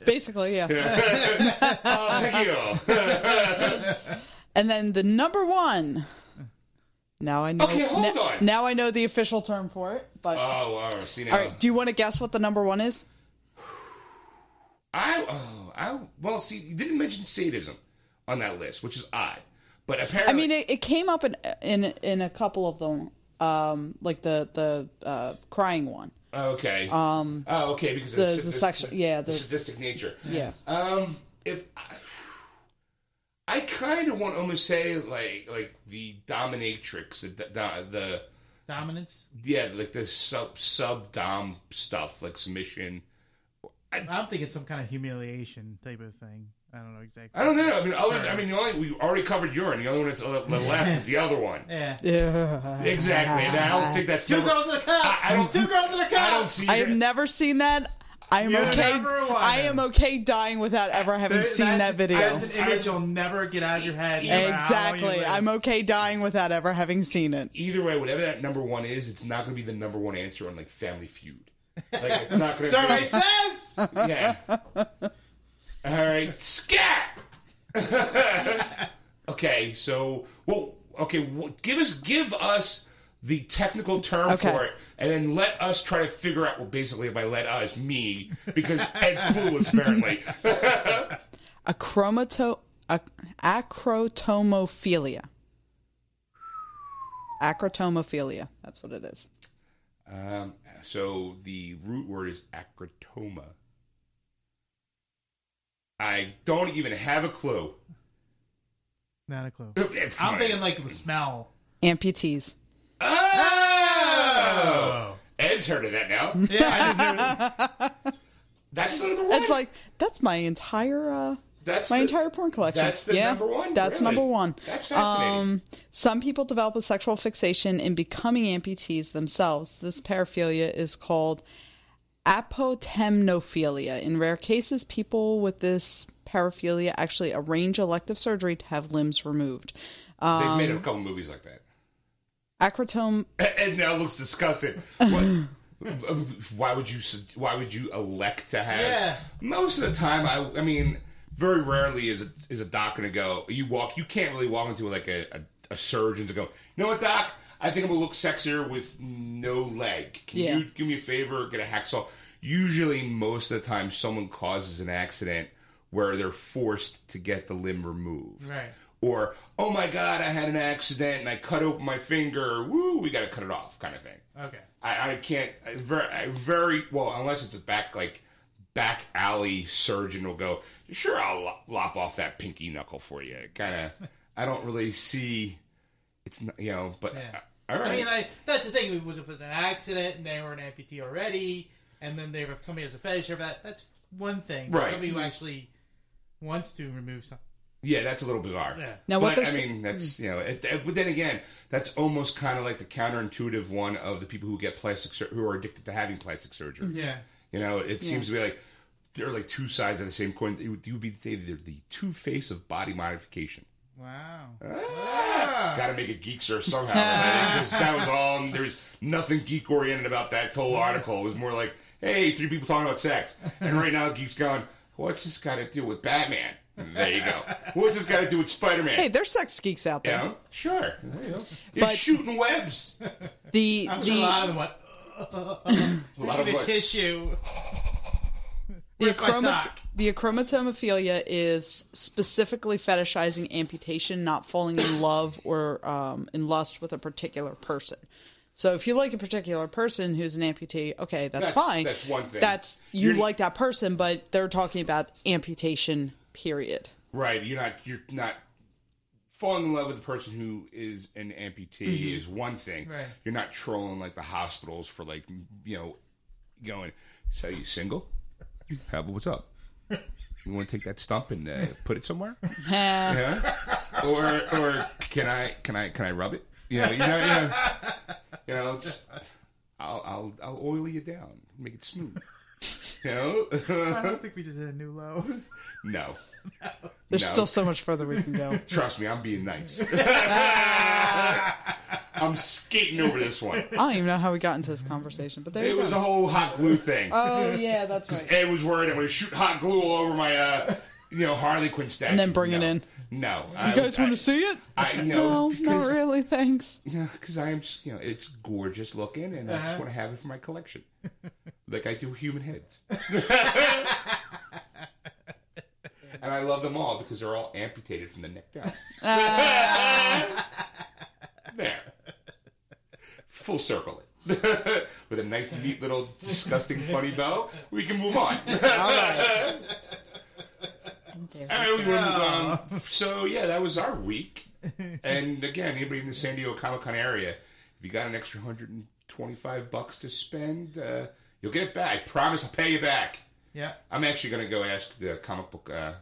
C: Basically, yeah.
A: oh, thank you.
C: And then the number one. Now I know.
A: Okay, hold
C: now,
A: on.
C: now I know the official term for it. But
A: Oh, all right. See now.
C: all right, do you want to guess what the number one is?
A: I oh I well see you didn't mention sadism on that list, which is odd. But apparently,
C: I mean, it, it came up in in in a couple of them, um, like the the uh, crying one.
A: okay. Um. Oh, okay. Because of
C: uh, the- the sexu- yeah,
A: the
C: the-
A: sadistic nature.
C: Yeah.
A: Um. If I, I kind of want to almost say like like the dominatrix, the, the, the
D: Dominance.
A: yeah, like the sub sub dom stuff, like submission.
D: I'm thinking some kind of humiliation type of thing. I don't know exactly.
A: I don't know. I mean, other, I mean, the only we already covered urine. The only one that's on the left is the other one.
D: Yeah.
C: Yeah.
A: Exactly. And I don't think that's
D: Two
A: number-
D: girls in a cup.
A: I- I don't-
D: Two girls in a cup.
A: I don't see.
C: I have never seen that. I am
D: You
C: okay.
D: never want
C: I
D: it.
C: am okay dying without ever having
D: There-
C: seen
D: that's-
C: that video.
D: That's an image you'll never get out of your head. no matter how long you
C: exactly.
D: live.
C: I'm okay dying without ever having seen it.
A: either way, whatever that number one is, it's not going to be the number one answer on like Family Feud. Like it's not going to
D: Survey
A: be.
D: says.
A: Yeah. All right, scat. okay, so well, okay, well, give us give us the technical term
C: Okay.
A: for it, and then let us try to figure out. Well, basically, by let us, me, because Ed's clueless apparently.
C: A chromato a, acrotomophilia. Acrotomophilia. That's what it is.
A: um, so the root word is acrotoma. I don't even have a clue.
D: Not a clue.
A: It's
D: I'm
A: fine.
D: thinking like the smell.
C: Amputees.
A: Oh! Ed's heard of that now.
D: Yeah, I just knew it.
A: That's the number one.
C: It's like that's my entire uh
A: that's
C: my
A: the-
C: entire porn collection.
A: That's the
C: yeah,
A: number one.
C: That's
A: Really?
C: number one.
A: That's fascinating.
C: Um, some people develop a sexual fixation in becoming amputees themselves. This paraphilia is called apotemnophilia. In rare cases, people with this paraphilia actually arrange elective surgery to have limbs removed. Uh,
A: They've made
C: Um,
A: a couple movies like that.
C: Acrotome.
A: Ed now looks disgusted. What? why would you? su- Why would you elect to have?
D: Yeah.
A: Most of the time, I. I mean, very rarely is a, is a doc going to go. You walk. You can't really walk into like a, a, a surgeon to go. You know what, doc? I think I'm gonna look sexier with no leg. Can
C: Yeah.
A: you do me a favor? Get a hacksaw. Usually, most of the time, someone causes an accident where they're forced to get the limb removed
D: Right.
A: or oh my god i had an accident and i cut open my finger woo we gotta cut it off kind of thing
D: Okay.
A: i, I can't I very, I very well unless it's a back like back alley surgeon will go sure i'll lo- lop off that pinky knuckle for you kind of i don't really see it's not you know but
D: Yeah.
A: uh, all right
D: I mean, like that's the thing. It was an accident, and they were an amputee already, and then they were somebody has a fetish for that. That's one thing. But
A: Right.
D: Somebody who actually wants to remove something.
A: Yeah, that's a little bizarre.
D: Yeah.
C: Now, what
A: but I
C: they're s- Hmm.
A: mean, that's you know, it, it- but then again, that's almost kind of like the counterintuitive one of the people who get plastic sur- who are addicted to having plastic surgery.
D: Yeah.
A: You know, it seems to be like they're like two sides of the same coin. You would, you would be say they're the two face of body modification.
D: Wow.
A: Got to make it geek sir somehow because that was all. There's nothing geek oriented about that whole article. It was more like, hey, three people talking about sex, and right now geeks going, what's this got to do with Batman? And there you go. What's this got to do with Spider Man?
C: Hey, there's sex geeks out there.
A: Yeah, sure. There you go. You're
C: But-
A: shooting webs.
C: The
D: I'm sure a
C: the
D: lot of them went.
A: A lot of
D: Give me
A: what?
D: tissue.
C: The,
D: Where's my
C: achromat-
D: sock?
C: the achromatomophilia is specifically fetishizing amputation, not falling in love or um, in lust with a particular person. So if you like a particular person who's an amputee, okay, that's,
A: That's-
C: fine.
A: that's one thing.
C: That's you
A: You're-
C: like that person, but they're talking about amputation. Period.
A: Right. You're not. You're not. Falling in love with a person who is an amputee is one thing.
D: Right.
A: You're not trolling like the hospitals for like you know, going. So you single? How about what's up? You want to take that stump and uh, put it somewhere?
C: Eh,
A: Yeah. Or or can I can I can I rub it? You know, you know, you know, you know just, I'll, I'll, I'll oil you down, make it smooth. You
D: I
A: know?
D: don't think we just hit a new low.
A: no.
C: There's
A: No.
C: still so much further we can go.
A: Trust me, I'm being nice. I'm skating over this one.
C: I don't even know how we got into this conversation, but there
A: It
C: you
A: was
C: go.
A: a whole hot glue thing.
C: oh yeah, that's right.
A: Ed was worried I'm going to shoot hot glue all over my, uh, you know, Harley Quinn statue.
C: And then bring it
A: No.
C: in.
A: No.
C: You guys want to see it?
A: I know.
C: No, not really. Thanks.
A: Because I am, just, you know, it's gorgeous looking, and I just want to have it for my collection. like I do human heads. and I love them all because they're all amputated from the neck down. there. Full circle it. With a nice, neat little, disgusting, funny bow, we can move on. All right, we were, um, so yeah, that was our week. And again, anybody in the San Diego Comic Con area, if you got an extra hundred and twenty-five bucks to spend, uh, you'll get it back. Promise, I'll pay you back.
D: Yeah.
A: I'm actually going to go ask the comic book uh,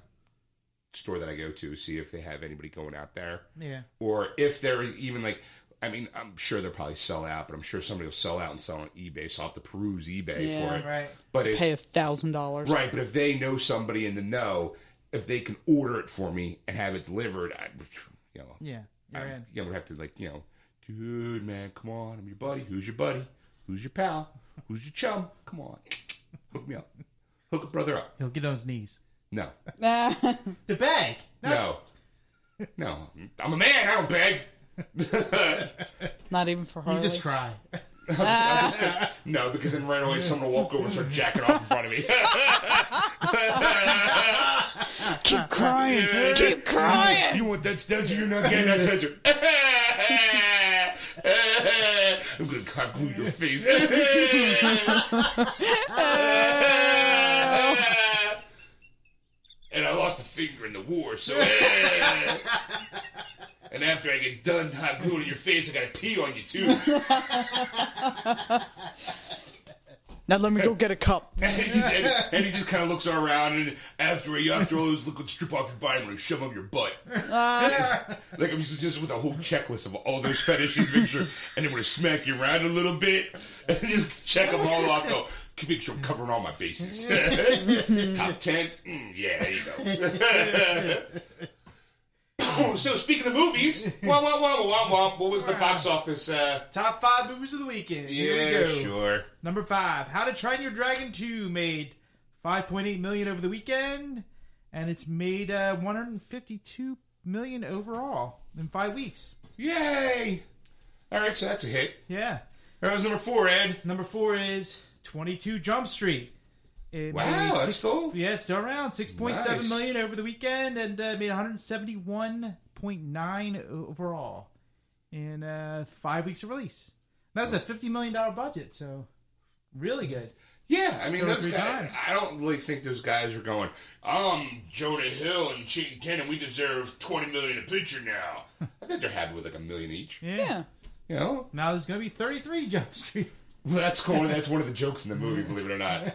A: store that I go to see if they have anybody going out there,
D: Yeah.
A: or if they're even like. I mean, I'm sure they'll probably sell out, but I'm sure somebody will sell out and sell on eBay, so I'll have to peruse eBay
C: Yeah,
A: for it.
D: Right.
A: But if,
C: Pay a thousand dollars.
A: Right, but if they know somebody in the know, if they can order it for me and have it delivered, I, you know,
D: Yeah. You're
A: I,
D: in.
A: you would have to like, you know, dude, man, come on, I'm your buddy. Who's your buddy? Who's your pal? Who's your chum? Come on, hook me up, hook a brother up.
D: He'll get on his knees.
A: No,
D: The bag.
A: no, no, I'm a man. I don't beg.
C: not even for Harley.
D: You just cry.
A: No, because then right away someone will walk over and start jacking off in front of me.
C: Keep crying. Keep crying.
A: You want that statue? You're not getting that statue. I'm gonna cock glue your face. and I lost a finger in the war, so. and after I get done hot gluing your face, I gotta pee on you too.
C: Now let me go get a cup.
A: and, he, and he just kind of looks around, and after he after all this, look, let's strip off your body, I'm gonna shove up your butt.
D: Ah.
A: like I'm just, just with a whole checklist of all those fetishes, make sure, and then gonna smack you around a little bit, and just check them all off. Go, make sure I'm covering all my bases. Top ten, Mm, yeah, there you go. so speaking of movies, wah, wah, wah, wah, wah, what was the box office? Uh,
D: Top five movies of the weekend. Here
A: yeah,
D: we go.
A: sure.
D: Number five, How to Train Your Dragon 2 made 5.8 million over the weekend, and it's made uh, 152 million overall in five weeks.
A: Yay! All right, so that's a hit.
D: Yeah.
A: That was number four, Ed.
D: Number four is 22 Jump Street. It
A: Wow,
D: made
A: that's
D: six-
A: still-
D: yeah, still around. Six point seven
A: Nice.
D: million over the weekend, and uh, made one hundred seventy one point nine overall in uh, five weeks of release. That's a fifty million dollar budget, so really good.
A: Yeah, I mean,
D: Two or
A: those
D: three
A: guys,
D: times.
A: I don't really think those guys are going, um, Jonah Hill and Cheating Ten, and we deserve 20 million a picture now. I think they're happy with like a million each.
D: Yeah.
C: Yeah.
A: You know?
D: Now there's gonna be thirty three Jump Street.
A: Well, that's cool. That's one of the jokes in the movie, believe it or not.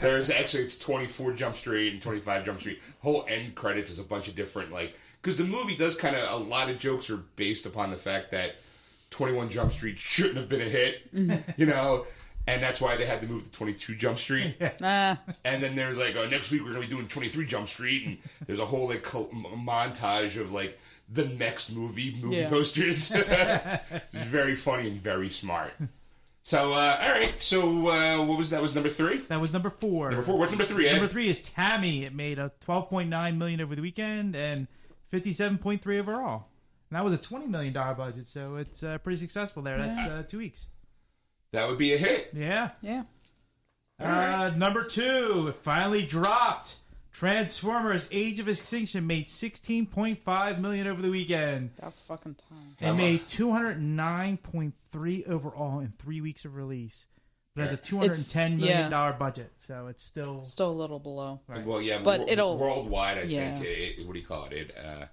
A: There's actually, it's 24 Jump Street and 25 Jump Street. Whole end credits is a bunch of different, like, because the movie does kind of, a lot of jokes are based upon the fact that 21 Jump Street shouldn't have been a hit, you know? And that's why they had to move to 22 Jump Street.
C: Nah.
A: And then there's like, uh, next week we're gonna be doing 23 Jump Street, and there's a whole like col- m- montage of like the next movie movie
C: Yeah.
A: posters. it's very funny and very smart. So uh, all right, so uh, what was that? Was number three?
D: That was number four.
A: Number four? What's number three? Ed?
D: Number three is Tammy. It made a twelve point nine million over the weekend and fifty seven point three overall. And that was a twenty million dollar budget, so it's uh, pretty successful there. That's uh, two weeks.
A: That would be a hit.
D: Yeah.
C: Yeah.
D: Uh, number two, it finally dropped. Transformers: Age of Extinction made sixteen point five million over the weekend.
C: That fucking time.
D: It
A: Come
D: made two hundred nine point three overall in three weeks of release. But has a two hundred and ten
C: yeah.
D: million dollar budget, so it's still
C: Still a little below.
A: Well, yeah,
C: But
A: wor-
C: it'll-
A: worldwide. I
C: yeah.
A: think it, it- what do you call it? It uh,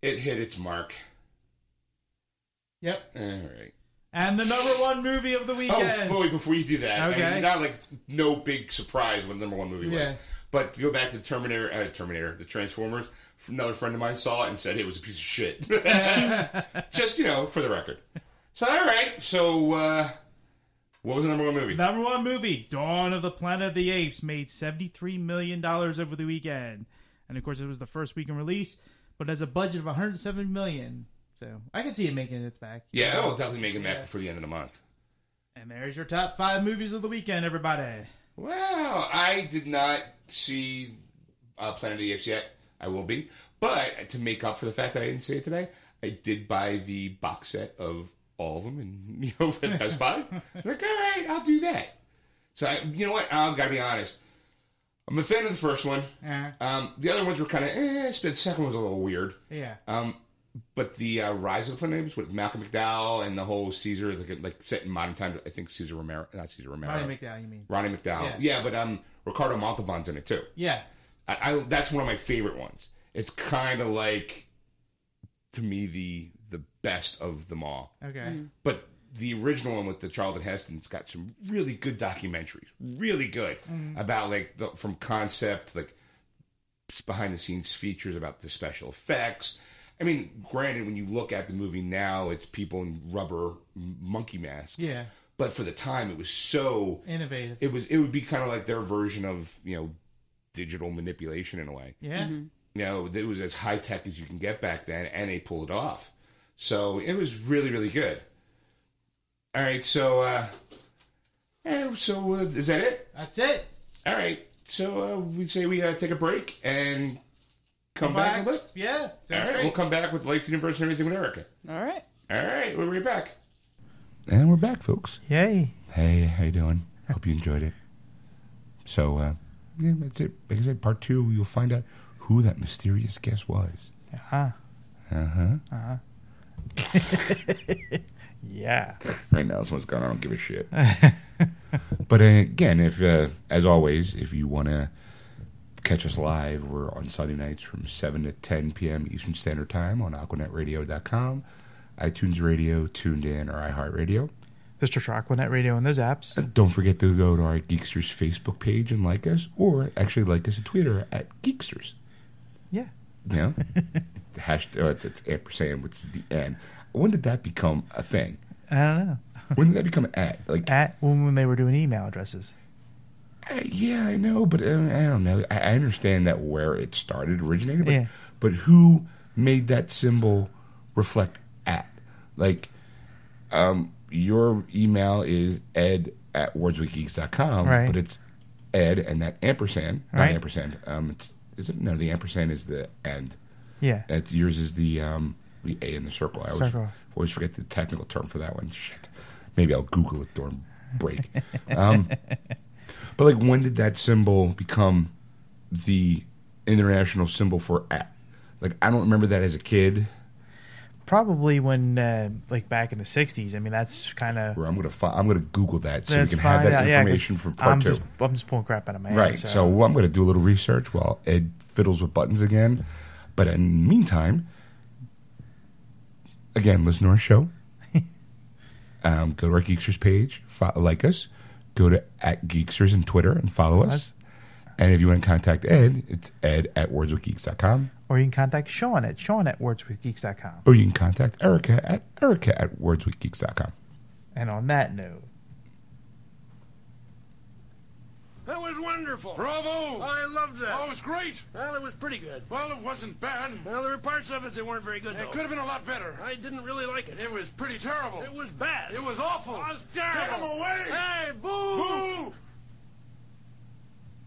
A: it hit its mark.
D: yep.
A: All right.
D: And the number one movie of the
A: Oh,
D: weekend.
A: Floyd, before you do that, I mean,
D: Okay.
A: not like no big surprise what the number one movie was.
D: Yeah.
A: But to go back to Terminator, uh, Terminator, the Transformers, another friend of mine saw it and said it was a piece of shit. Just you know, for the record. So all right, so uh, what was the number one movie?
D: Number one movie, Dawn of the Planet of the Apes, made $73 million over the weekend. And of course, it was the first weekend release, but it has a budget of $107 million. So I can see it making it back.
A: Yeah, I'll definitely make it back before the end of the month.
D: And there's your top five movies of the weekend, everybody.
A: Wow, I did not see uh, Planet of the Apes yet. I will be, but to make up for the fact that I didn't see it today, I did buy the box set of all of them, and you know, for Best Buy. I was like, all right, I'll do that. So I, you know what? I've got to be honest. I'm a fan of the first one.
D: Uh,
A: Um, the other ones were kind of eh, but the second one was a little weird.
D: yeah.
A: Um, but the uh, Rise of the Planet of the Apes with Malcolm McDowell and the whole Caesar, like, like set in modern times. I think Caesar Romero, not Caesar Romero.
D: How do you make that, you mean?
A: Ronnie McDowell. Yeah, but um, Ricardo Montalban's in it too.
D: Yeah.
A: I, I that's one of my favorite ones. It's kind of like, to me, the the best of them all.
D: Okay.
A: But the original one with the Charlton Heston's got some really good documentaries, really good about like the, from concept, like behind the scenes features about the special effects. I mean, granted, when you look at the movie now, it's people in rubber m- monkey masks.
D: Yeah.
A: But for the time, it was so
D: Innovative.
A: it was it would be kind of like their version of you know digital manipulation in a way
D: yeah.
B: Mm-hmm.
A: you know it was as high tech as you can get back then and they pulled it off so it was really really good all right so uh eh, so uh, is that it
D: That's it.
A: all right so uh, we say we uh, take a break and come, back, and look
D: Yeah.
A: all
D: Sounds
A: right
D: great.
A: we'll come back with life universe and everything with erica
C: All right.
A: all right we'll be back and we're back folks
B: Yay.
A: Hey, how you doing? Hope you enjoyed it. So, uh, yeah, that's it. Like I said, part two, you'll find out who that mysterious guest was.
B: Uh-huh.
A: Uh huh.
B: Yeah.
A: Right now, someone's gone. I don't give a shit. but uh, again, if uh, as always, if you want to catch us live, we're on Sunday nights from seven to ten p.m. Eastern Standard Time on AquanetRadio.com, iTunes Radio, Tuned In, or iHeartRadio.
B: Mr. Trockwinet Radio and those apps.
A: And Don't forget to go to our Geeksters Facebook page and like us, or actually like us on Twitter at Geeksters.
B: Yeah.
A: Yeah. Hash, oh, it's, it's ampersand, which is the N. When did that become a thing?
B: I don't know.
A: When did that become at? Like,
B: At when, when they were doing email addresses.
A: uh, yeah, I know, but uh, I don't know. I, I understand that where it started originated, but,
B: Yeah.
A: but who made that symbol reflect at? Like, um, your email is ed at wordsweekgeeks.com,
B: Right.
A: but it's ed and that ampersand, not
B: Right.
A: ampersand. Um, it's, is it? No, the ampersand is the end.
B: Yeah.
A: That's yours is the um the A in the circle. I always,
B: Circle.
A: always forget the technical term for that one. Shit. Maybe I'll Google it during break. um, but like, when did that symbol become the international symbol for at? Like, I don't remember that as a kid.
B: Probably when uh, like back in the 60s. I mean, that's kind of
A: Where I'm gonna fi- I'm gonna Google that so we can have that information for part
B: I'm
A: two.
B: Just, I'm just pulling crap out of my ass,
A: Right. So, I'm going to do a little research while Ed fiddles with buttons again. But in the meantime, again, listen to our show. um, go to our Geeksters page, fo- like us. Go to at Geeksters on Twitter and follow us. And if you want to contact Ed, it's ed at wordswithgeeks.com.
B: Or you can contact Sean at Sean at wordswithgeeks.com.
A: Or you can contact Erica at erica at wordswithgeeks.com.
B: And on that note,
F: That was wonderful. Oh,
E: Bravo!
F: I loved that.
E: Oh, was great.
F: Well, it was pretty good.
E: Well, it wasn't bad.
F: Well, there were parts of it that weren't very good, though.
E: have been a lot better.
F: I didn't really like it.
E: was pretty terrible.
F: It was bad.
E: awful.
F: It was terrible.
E: Get him away!
F: Hey!